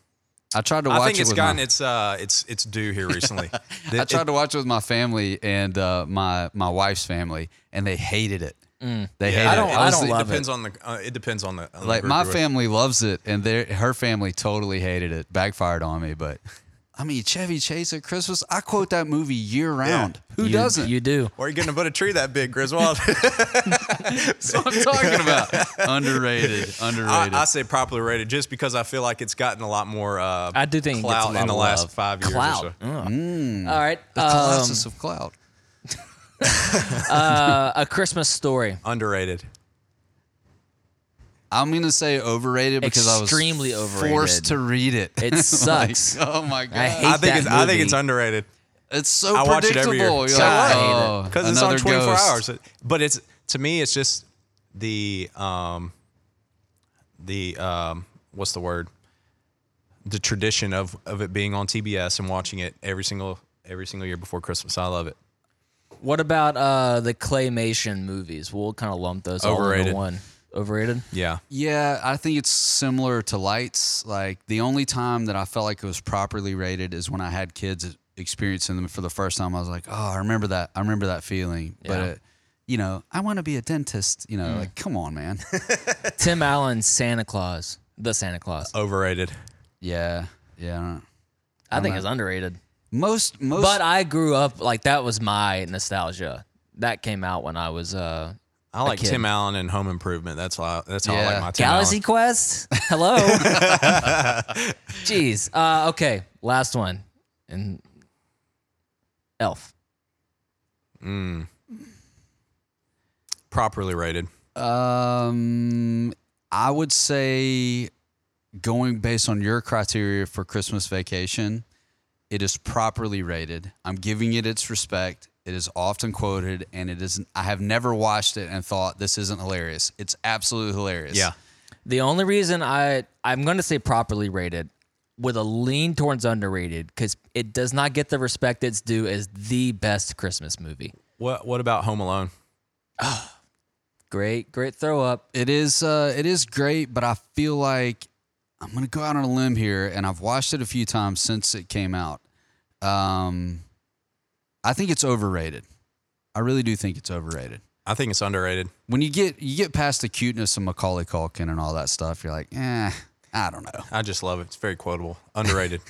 I tried to watch
I think
it
it's
with
gotten
my,
its uh its its due here recently.
I tried to watch it with my family and uh, my my wife's family, and they hated it. They hated
Mm. I don't-
it.
I don't
Honestly,
love
depends on the uh, it depends on the on the
like
group
my
you're with.
family loves it, and their her family totally hated it. Backfired on me, but I mean Chevy Chase at Christmas. I quote that movie year round. Who
you,
doesn't?
You do.
Or you gonna put a tree that big, Griswold?
That's what I'm talking about. underrated.
I,
Underrated.
I say properly rated just because I feel like it's gotten a lot more. Uh,
I do think it gets a
clout
lot
in the
of
last
love.
five years.
Clout. Mm-hmm.
Or so.
Ugh. All right.
the
Um,
Colossus of Cloud.
uh, a Christmas Story.
Underrated.
I'm gonna say overrated because I was
Extremely overrated.
forced to read it.
It sucks.
oh my god,
I hate
I think
that
it's I think
movie.
it's underrated
it's so
I watch it
predictable.
every year.
You're
So
like,
what?
oh,
because it's on
another
24
ghost.
hours. But it's to me, it's just the um, the um, what's the word? The tradition of of it being on TBS and watching it every single every single year before Christmas. I love it.
What about uh, the claymation movies? We'll kind of lump those all into
Overrated.
one. Overrated.
Yeah.
Yeah, I think it's similar to Lights. Like the only time that I felt like it was properly rated is when I had kids experiencing them for the first time. I was like, oh, I remember that. I remember that feeling. But
Yeah. Mm.
it, you know, I want to be a dentist. You know, like come on, man.
Tim Allen's Santa Claus. The Santa Claus.
Oh, Overrated.
yeah, yeah. I don't-
I think it's underrated.
Most most
But I grew up like that was my nostalgia. That came out when I was uh
I like
kid.
Tim Allen and Home Improvement. That's how that's how I
Yeah.
like my Tim
Galaxy
Allen.
Quest. Hello. Jeez. Uh, okay. Last one. And Elf.
properly rated.
Um, I would say, going based on your criteria for Christmas Vacation, it is properly rated. I'm giving it its respect. It is often quoted, and it isn't. I have never watched it and thought this isn't hilarious. It's absolutely hilarious.
Yeah.
The only reason I I'm going to say properly rated with a lean towards underrated cuz it does not get the respect it's due as the best Christmas movie.
What What about Home Alone?
Great, great throw up.
It is uh it is great, but I feel like I'm gonna go out on a limb here, and I've watched it a few times since it came out. Um, I think it's overrated. I really do think it's overrated.
I think it's underrated.
When you get you get past the cuteness of Macaulay Culkin and all that stuff, you're like, eh, I don't know.
I just love it. It's very quotable. Underrated.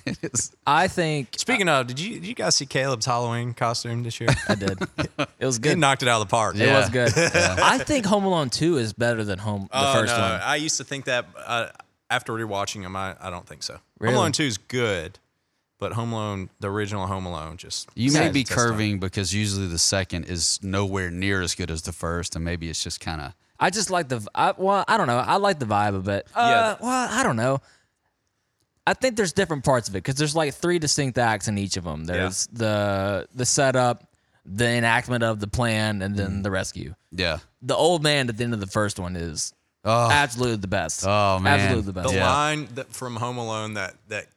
I think
Speaking of, did you did you guys see Caleb's Halloween costume this year?
I did. It was
He
good.
knocked it out of the park.
It was good. I think Home Alone 2 is better than Home the
Oh,
first
no.
one.
I used to think that uh, after rewatching him, I, I don't think so.
Really?
Home Alone Two is good, but Home Alone, the original Home Alone, just
You may
stands
be
the test of time.
curving because usually the second is nowhere near as good as the first, and maybe it's just kind of
I just like the I, well, I don't know. I like the vibe of it. Uh, Well, I don't know. I think there's different parts of it because there's like three distinct acts in each of them. There's the the setup, the enactment of the plan, and
Mm-hmm.
then the rescue.
yeah.
The old man at the end of the first one is absolutely the best.
Oh, man.
absolutely the best.
The
Yeah.
line that, from Home Alone that that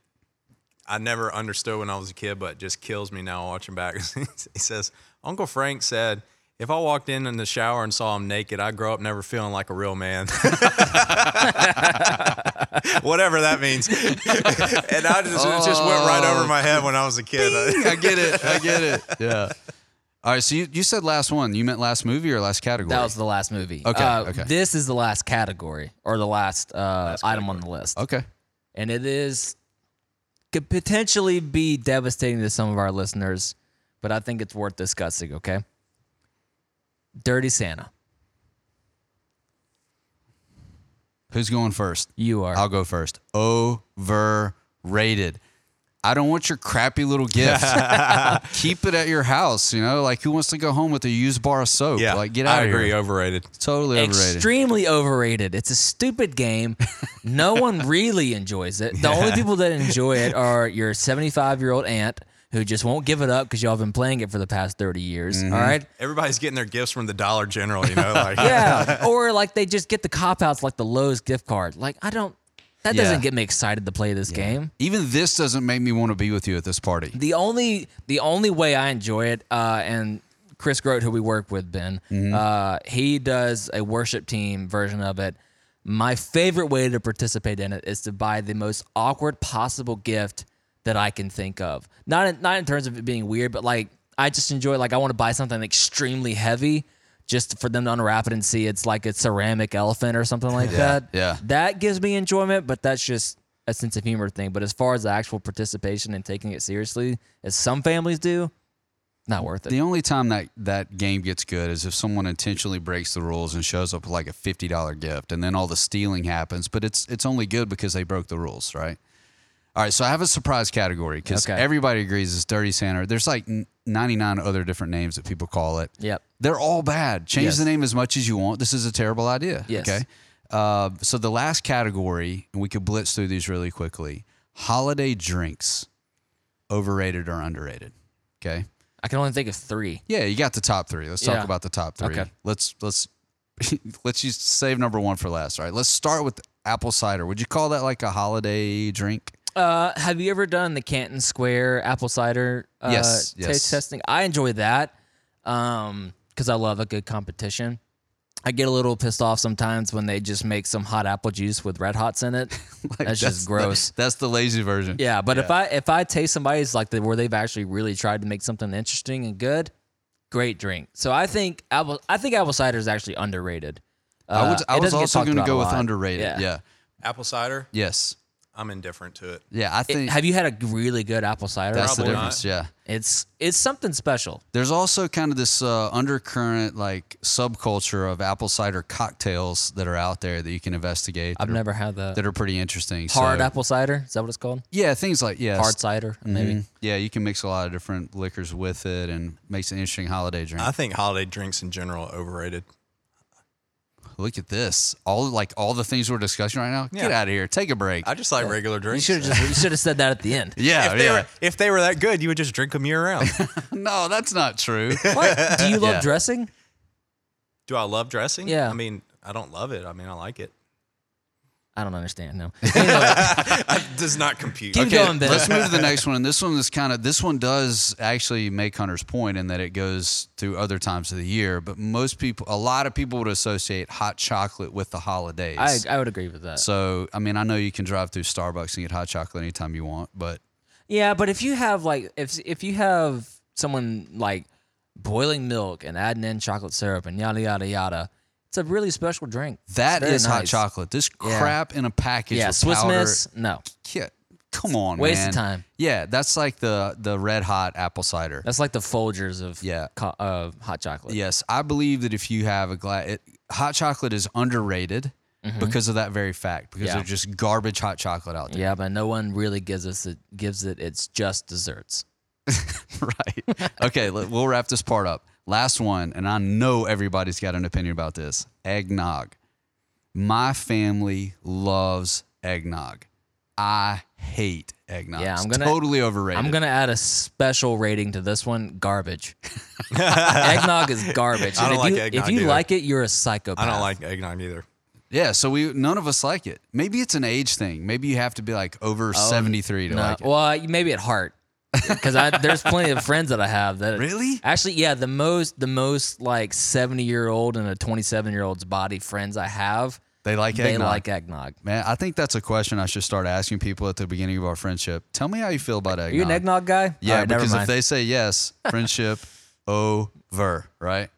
I never understood when I was a kid, but just kills me now watching back. he says, "Uncle Frank said If I walked in in the shower and saw him naked, I'd grow up never feeling like a real man. Whatever that means. and I just, it just went right over my head when I was a kid.
I get it. I get it. Yeah. All right. So you, you said last one. You meant last movie or last category?
That was the last movie.
Okay,
Uh,
okay.
This is the last category or the last, uh, item on the list.
okay.
And it is, could potentially be devastating to some of our listeners, but I think it's worth discussing, okay? Dirty Santa.
Who's going first?
You are.
I'll go first. Overrated. I don't want your crappy little gift. Keep it at your house. You know, like who wants to go home with a used bar of soap?
yeah.
Like get out
I
of
agree.
here.
Overrated.
Totally overrated.
Extremely overrated. It's a stupid game. No one really enjoys it. The only people that enjoy it are your 75 year old aunt who just won't give it up because y'all have been playing it for the past 30 years.
Mm-hmm.
all right.
Everybody's getting their gifts from the Dollar General, you know? Like,
Yeah. or like they just get the cop outs like the Lowe's gift card. Like, I don't, that
Yeah.
doesn't get me excited to play this game.
Even this doesn't make me want to be with you at this party.
The only the only way I enjoy it, uh, and Chris Grote, who we work with, Ben,
Mm-hmm.
uh, he does a worship team version of it. My favorite way to participate in it is to buy the most awkward possible gift that I can think of. Not in, not in terms of it being weird, but like I just enjoy like I want to buy something extremely heavy just for them to unwrap it and see it's like a ceramic elephant or something like that.
yeah.
That gives me enjoyment, but that's just a sense of humor thing. But as far as the actual participation and taking it seriously, as some families do, not worth it.
The only time that that game gets good is if someone intentionally breaks the rules and shows up with like a fifty dollar gift, and then all the stealing happens. But it's it's only good because they broke the rules, right? All right, so I have a surprise category because
Okay.
everybody agrees it's Dirty Santa. There's like ninety nine other different names that people call it.
Yep.
They're all bad. Change
Yes.
the name as much as you want. This is a terrible idea.
Yes.
Okay. Uh, so the last category, and we could blitz through these really quickly. Holiday drinks, overrated or underrated? Okay.
I can only think of three.
Yeah, you got the top three. Let's
Yeah.
talk about the top three.
Okay.
Let's let's let's just save number one for last. All right. Let's start with apple cider. Would you call that like a holiday drink?
Uh, have you ever done the Canton Square apple cider uh,
Yes,
taste
yes.
testing? I enjoy that because I love a good competition. I get a little pissed off sometimes when they just make some hot apple juice with red hots in it.
Like,
that's, just
the-
gross.
that's the lazy version.
Yeah, but if I if I taste somebody's like the, where they've actually really tried to make something interesting and good, great drink. So I think apple I think apple cider is actually underrated.
I was
Uh,
I
it
was
doesn't get
also
talked
going to
about a
go with
lot.
underrated. Yeah.
Apple cider,
Yes.
I'm indifferent to it.
Yeah. I
It-
think
have you had a really good apple cider?
that's the
Probably
difference. Yeah.
It's it's something special.
There's also kind of this uh, undercurrent, like subculture of apple cider cocktails that are out there that you can investigate.
I've
that are-
never had that.
that are pretty interesting.
Hard
So-
apple cider? Is that what it's called?
Yeah, things like yeah,
Hard cider, maybe.
Mhm. Yeah, you can mix a lot of different liquors with it and makes an interesting holiday drink.
I think holiday drinks in general are overrated.
Look at this. All like all the things we're discussing right now. Get
Yeah.
out of here. Take a break.
I just like regular
You
drinks.
should have just you should have said that at the end.
yeah,
if, they
yeah.
were, if they were that good, you would just drink them year round.
no, that's not true.
What? Do you love
Yeah.
dressing?
Do I love dressing?
Yeah.
I mean, I don't love it. I mean, I like it.
I don't understand. No.
It does not compute.
Keep
Okay,
going, Ben.
let's move to the next one. And this one is kind of this one does actually make Hunter's point in that it goes through other times of the year, but most people, a lot of people would associate hot chocolate with the holidays.
I I would agree with that.
so, I mean, I know you can drive through Starbucks and get hot chocolate anytime you want, but
Yeah, but if you have like if if you have someone like boiling milk and adding in chocolate syrup and yada yada yada, it's a really special drink.
that
Very
is hot
nice.
chocolate. This crap in a package
Yeah,
with
Swiss
powder,
Miss. No,
Yeah, come on,
Waste of
man.
time.
Yeah, that's like the the red hot apple cider.
that's like the Folgers of
Yeah.
co- of hot chocolate.
yes, I believe that if you have a glass, it, hot chocolate is underrated because of that very fact.
Mm-hmm.
Because
Yeah.
they're just garbage hot chocolate out there.
Yeah, but no one really gives us it gives it its just desserts.
right. Okay, let, we'll wrap this part up. Last one, and I know everybody's got an opinion about this. Eggnog. My family loves eggnog. I hate eggnog.
Yeah,
It's
I'm gonna-
totally overrated.
I'm gonna add a special rating to this one. Garbage. eggnog is garbage.
I
And
don't
if
like
you, If
eggnog
you
either.
like it, you're a psychopath.
I don't like eggnog either.
Yeah, so we none of us like
Oh,
it. Maybe it's an age thing. Maybe you have to be like over seventy three to
No.
like it.
well, you- maybe at heart. because I there's plenty of friends that I have that
Really?
actually yeah the most the most like 70 year old and a 27 year old's body friends I have
They like
they
eggnog.
like eggnog.
Man, I think that's a question I should start asking people at the beginning of our friendship. Tell me how you feel about eggnog.
Are you an eggnog guy?
Yeah,
All right, never
because if
mind.
they say yes, friendship over, right?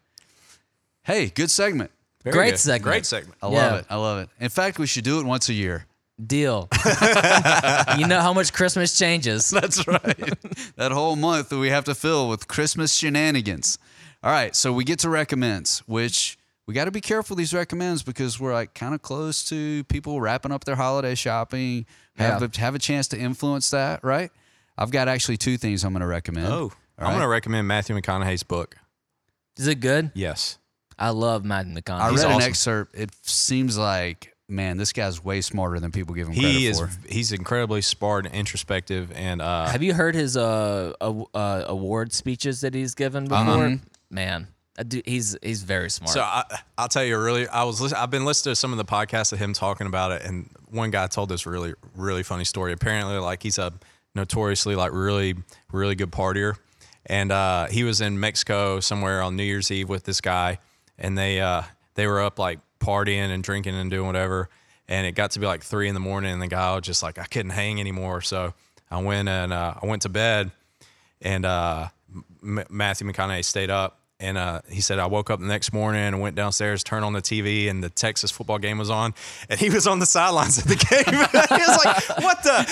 Hey, good segment.
Very
Great
good.
segment.
Great segment.
I
Yeah.
love it. I love it. In fact, we should do it once a year.
deal, you know how much Christmas changes.
That's right. that whole month that we have to fill with Christmas shenanigans. All right, so we get to recommends, which we got to be careful these recommends because we're like kind of close to people wrapping up their holiday shopping, have, a, have a chance to influence that, right? I've got actually two things I'm going to recommend.
Oh,
All
I'm
right.
going to recommend Matthew McConaughey's book.
Is it good?
Yes.
I love Madden McConaughey.
I
He's
read an
awesome.
excerpt. It seems like, man, this guy's way smarter than people give him credit
He is.
for.
He's incredibly smart and introspective, and uh,
Have you heard his uh, aw- uh award speeches that he's given
Uh-huh.
before? Man, I do, he's he's very smart.
So I, I'll tell you really, I was listen, I've been listening to some of the podcasts of him talking about it, and one guy told this really really funny story. Apparently, like he's a notoriously like really really good partier, and uh, he was in Mexico somewhere on New Year's Eve with this guy, and they uh, they were up like partying and drinking and doing whatever, and it got to be like three in the morning, and the guy was just like I couldn't hang anymore, so I went and uh, I went to bed and uh, M- Matthew McConaughey stayed up. And uh, he said, I woke up the next morning and went downstairs, turned on the TV, and the Texas football game was on. And he was on the sidelines of the game. he was like, What the?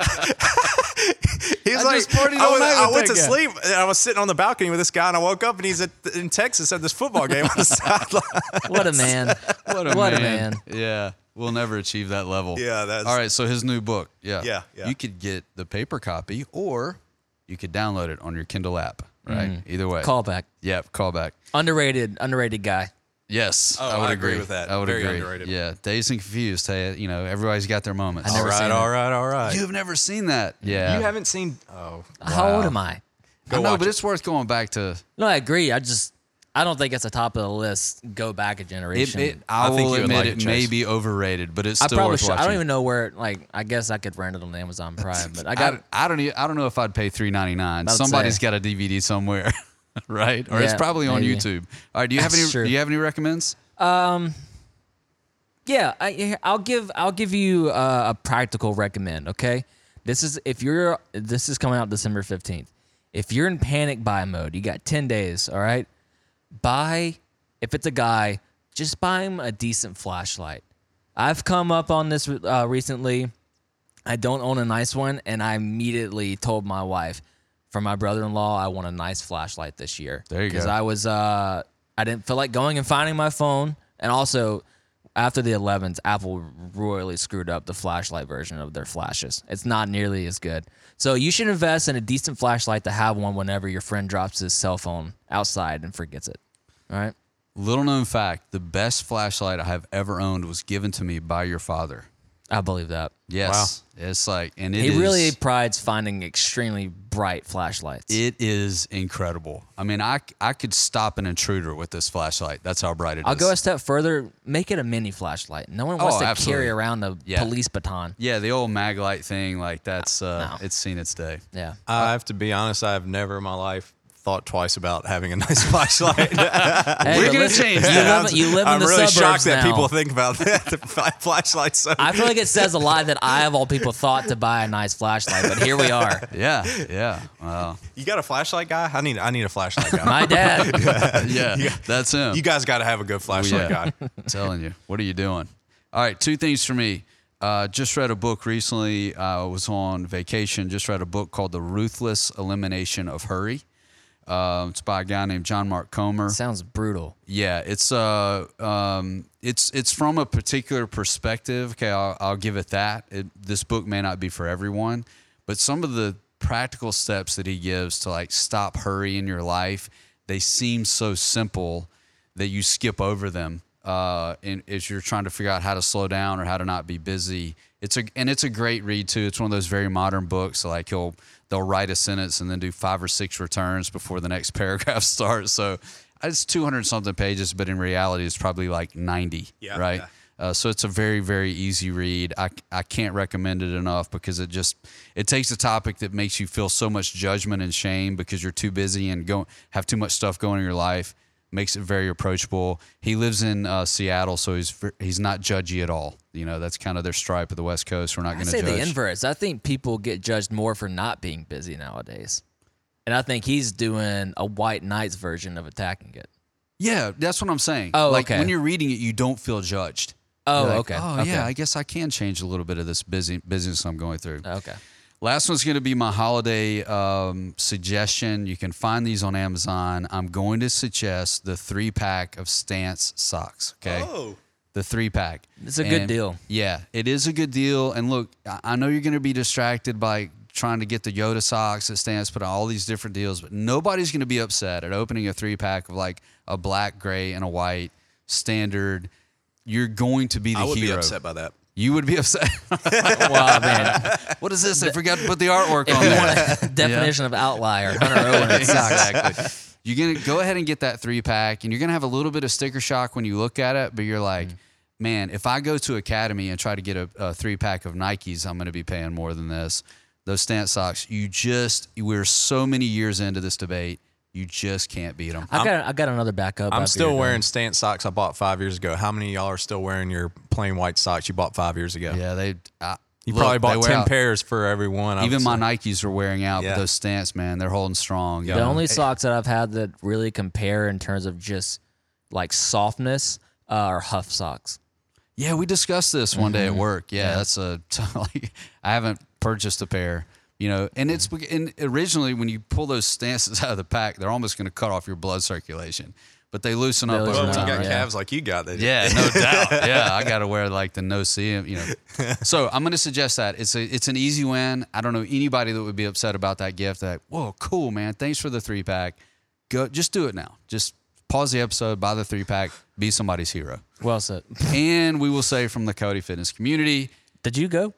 How the-" he was
I
like,
just partied
I,
all
was-
night
I
with
went
that
to
guy."
sleep and I was sitting on the balcony with this guy, and I woke up and he's at, in Texas at this football game on the sideline.
what a man!
What a,
What a
man.
man.
Yeah. We'll never achieve that level.
Yeah, that's-
All right, so his new book. Yeah.
Yeah, yeah.
You could get the paper copy or you could download it on your Kindle app, right? Either way.
Callback,
Yeah, callback.
underrated, underrated guy.
Yes.
Oh,
I would
I
agree.
agree with that.
I would
Very
agree.
underrated.
Yeah. Dazed and confused. Hey, you know, everybody's got their moments.
I
All
never seen
right,
it.
all right, all right.
You've never seen that. Yeah.
You haven't seen. Oh,
How old am I?
I know,
watch
but
it.
it's worth going back to
No, I agree. I just I don't think it's the top of the list. Go back a
it,
generation.
it, I,
I think
will
you would
admit
like
it
it,
may
Chase.
be overrated, but it's
I
still
probably
worth
should.
watching.
I don't even know where. Like, I guess I could rent it on Amazon Prime, but I
I,
got.
I don't. e- I don't know if I'd pay three ninety nine.
I'd
Somebody's
say.
got a DVD somewhere, right? Or it's
Yeah,
probably on
maybe.
YouTube. All right. Do you have
That's
any?
true.
Do you have any recommends?
Yeah, I, I'll give I'll give you uh, a practical recommend. Okay, this is if you're this is coming out December fifteenth. If you're in panic buy mode, you got ten days. All right, buy if it's a guy, just buy him a decent flashlight. I've come up on this uh, recently. I don't own a nice one, and I immediately told my wife, for my brother-in-law, I want a nice flashlight this year.
There you go.
Because I was, uh, I didn't feel like going and finding my phone, and also after the 11s, Apple royally screwed up the flashlight version of their flashes. It's not nearly as good. So you should invest in a decent flashlight to have one whenever your friend drops his cell phone outside and forgets it. All right.
Little known fact: the best flashlight I have ever owned was given to me by your father.
I believe that.
Yes. It's like, and it
He
is-
really prides finding extremely bright flashlights.
It is incredible. I mean, I c- I could stop an intruder with this flashlight. That's how bright it is.
I'll go a step further. Make it a mini flashlight. No one wants
Oh,
to
absolutely.
carry around a
Yeah.
police baton.
yeah, the old mag light thing, like that's uh, it's seen its day.
Yeah.
I have to be honest. I have never in my life thought twice about having a nice flashlight.
Hey,
We're
but
gonna
listen,
change
you
that.
Live, you live in
I'm
the
really
suburbs
shocked that
now.
people think about that. The fi- flashlight. So
I feel like it says a lot that I of all people thought to buy a nice flashlight, but here we are.
Yeah, yeah, wow,
you got a flashlight guy? I need. I need a flashlight guy.
My dad.
yeah, that's him.
you guys got to have a good flashlight
yeah.
guy.
I'm telling you. What are you doing? All right, two things for me. Uh, just read a book recently. Uh, I was on vacation. Just read a book called The Ruthless Elimination of Hurry. Uh, it's by a guy named John Mark Comer.
Sounds brutal.
Yeah, it's uh, um, it's it's from a particular perspective. Okay, I'll, I'll give it that. It, this book may not be for everyone, but some of the practical steps that he gives to like stop hurry in your life, they seem so simple that you skip over them. Uh, and as you're trying to figure out how to slow down or how to not be busy, it's a and it's a great read too. It's one of those very modern books. So like he'll they'll write a sentence and then do five or six returns before the next paragraph starts. So it's 200 something pages, but in reality, it's probably like 90,
Yeah,
right?
yeah.
Uh, so it's a very very easy read. I I can't recommend it enough because it just it takes a topic that makes you feel so much judgment and shame because you're too busy and go have too much stuff going in your life. Makes it very approachable. He lives in uh, Seattle, so he's ver- he's not judgy at all. You know that's kind of their stripe of the West Coast. We're not
I
going to
say
judge.
the inverse. I think people get judged more for not being busy nowadays, and I think he's doing a white knight's version of attacking it.
Yeah, that's what I'm saying.
Oh,
like
okay.
when you're reading it, you don't feel judged.
Oh,
You're like,
okay.
Oh,
okay.
yeah. I guess I can change a little bit of this busy business I'm going through.
Okay.
Last one's going to be my holiday um, suggestion. You can find these on Amazon. I'm going to suggest the three pack of Stance socks. Okay. Oh. The three pack.
It's a good
And-
deal.
Yeah, it is a good deal. And look, I I know you're going to be distracted by trying to get the Yoda socks that Stance put on all these different deals, but nobody's going to be upset at opening a three pack of like a black, gray, and a white standard. You're going to be the
I would
hero.
be upset by that.
You would be upset.
Wow, man.
what is this? They forgot to put the artwork on
You
there.
want a definition of outlier? Hunter Owen it sucks.
exactly. You're gonna go ahead and get that three pack, and you're gonna have a little bit of sticker shock when you look at it. But you're like, man, if I go to Academy and try to get a, a three pack of Nikes, I'm gonna be paying more than this. Those stance socks, you just we're so many years into this debate, you just can't beat them.
I got I got another backup.
I'm
after
still
you're
wearing stance socks I bought five years ago. How many of y'all are still wearing your plain white socks you bought five years ago?
yeah, they. I,
You
look,
probably
they
bought
wear
10
out.
pairs for every one. I
Even
would
my
say.
Nikes are wearing out,
Yeah.
but those stance, man, they're holding strong.
done. The only socks that I've had that really compare in terms of just like softness uh, are Huff socks.
Yeah, we discussed this one
Mm-hmm.
day at work. Yeah, that's a like I haven't purchased a pair. You know, and it's and originally when you pull those stances out of the pack, they're almost going to cut off your blood circulation, but they loosen up
loosen
Well,
over
when
up.
time.
you got
Yeah.
calves like you got, they
Yeah, no doubt. Yeah, I gotta wear like the no see you know. So I'm gonna suggest that it's a it's an easy win. I don't know anybody that would be upset about that gift. That whoa, cool man, thanks for the three pack. Go, just do it now. Just pause the episode, buy the three pack, be somebody's hero.
Well said.
And we will say from the Cody Fitness community,
Did you go?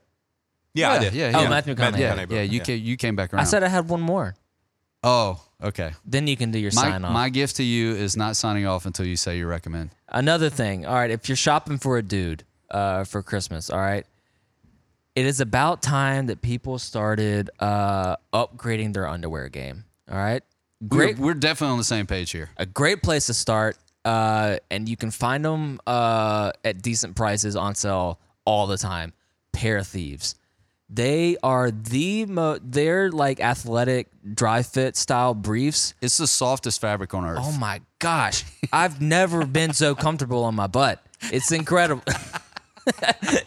Yeah, I
Yeah,
did.
yeah,
Oh,
yeah.
Matthew McConaughey.
yeah,
Kind of
yeah,
both,
you
yeah.
came you came back around.
I said I had one more.
oh, okay.
Then you can do your
My,
sign off.
my gift to you is not signing off until you say you recommend.
Another thing. All right, if you're shopping for a dude uh, for Christmas, all right, it is about time that people started uh, upgrading their underwear game. All right, great,
We're, we're definitely on the same page here.
a great place to start, uh, and you can find them uh, at decent prices on sale all the time. Pair thieves. They are the mo. They're like athletic dry fit style briefs.
It's the softest fabric on earth.
Oh my gosh. I've never been so comfortable on my butt. It's incredible.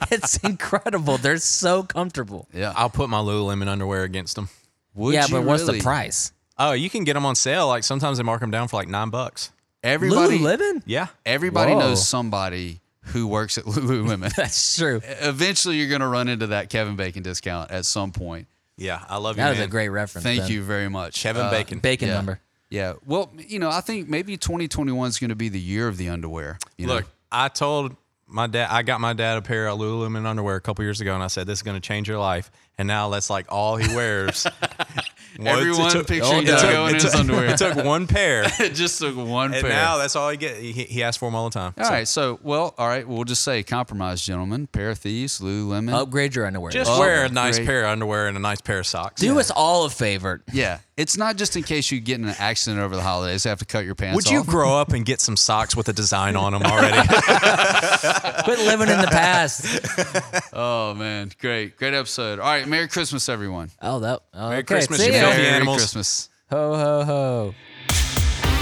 it's incredible. They're so comfortable.
I'll put my Lululemon underwear against them.
Would
yeah,
you
but what's
really?
the price?
Oh, you can get them on sale. Like sometimes they mark them down for like nine bucks.
Everybody,
Lululemon?
Yeah.
everybody
Whoa.
knows somebody who works at Lululemon.
That's true.
Eventually, you're going to run into that Kevin Bacon discount at some point.
Yeah. I love you.
That was a
man.
great reference.
Thank
Ben.
you very much,
Kevin
Uh,
Bacon.
Bacon
yeah.
number.
Yeah, well, you know, I think maybe 2021 is going to be the year of the underwear. you know?
Look, I told my dad, I got my dad a pair of Lululemon underwear a couple years ago, and I said, this is going to change your life. And now that's like all he wears. Well,
everyone picture
it
you
took-
going in
it
his
took-
underwear.
It took one pair,
It just took one
and
pair.
now that's all he get. He, he asks for them all the time.
All right, so well, all right, we'll just say compromise, gentlemen. Pair of thieves, Lululemon.
Uh,
Upgrade your underwear.
Just
Oh,
wear a nice
great.
pair of underwear and a nice pair of socks.
Do us all a favor.
Yeah, it's not just in case you get in an accident over the holidays, have to cut your pants
Would you
off.
grow up and get some socks with a design on them already?
Quit living in the past.
oh man, great, great episode. All right, Merry Christmas, everyone.
Oh, that. Okay. Merry
Christmas,
See
you
ya.
filthy
Merry
animals.
Christmas.
Ho, ho, ho.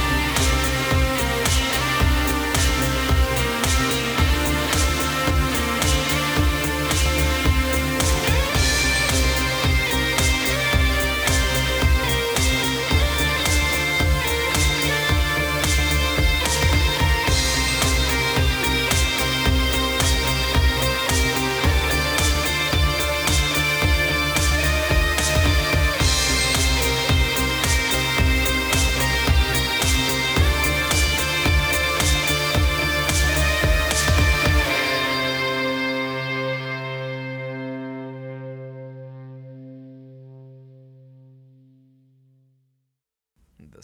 the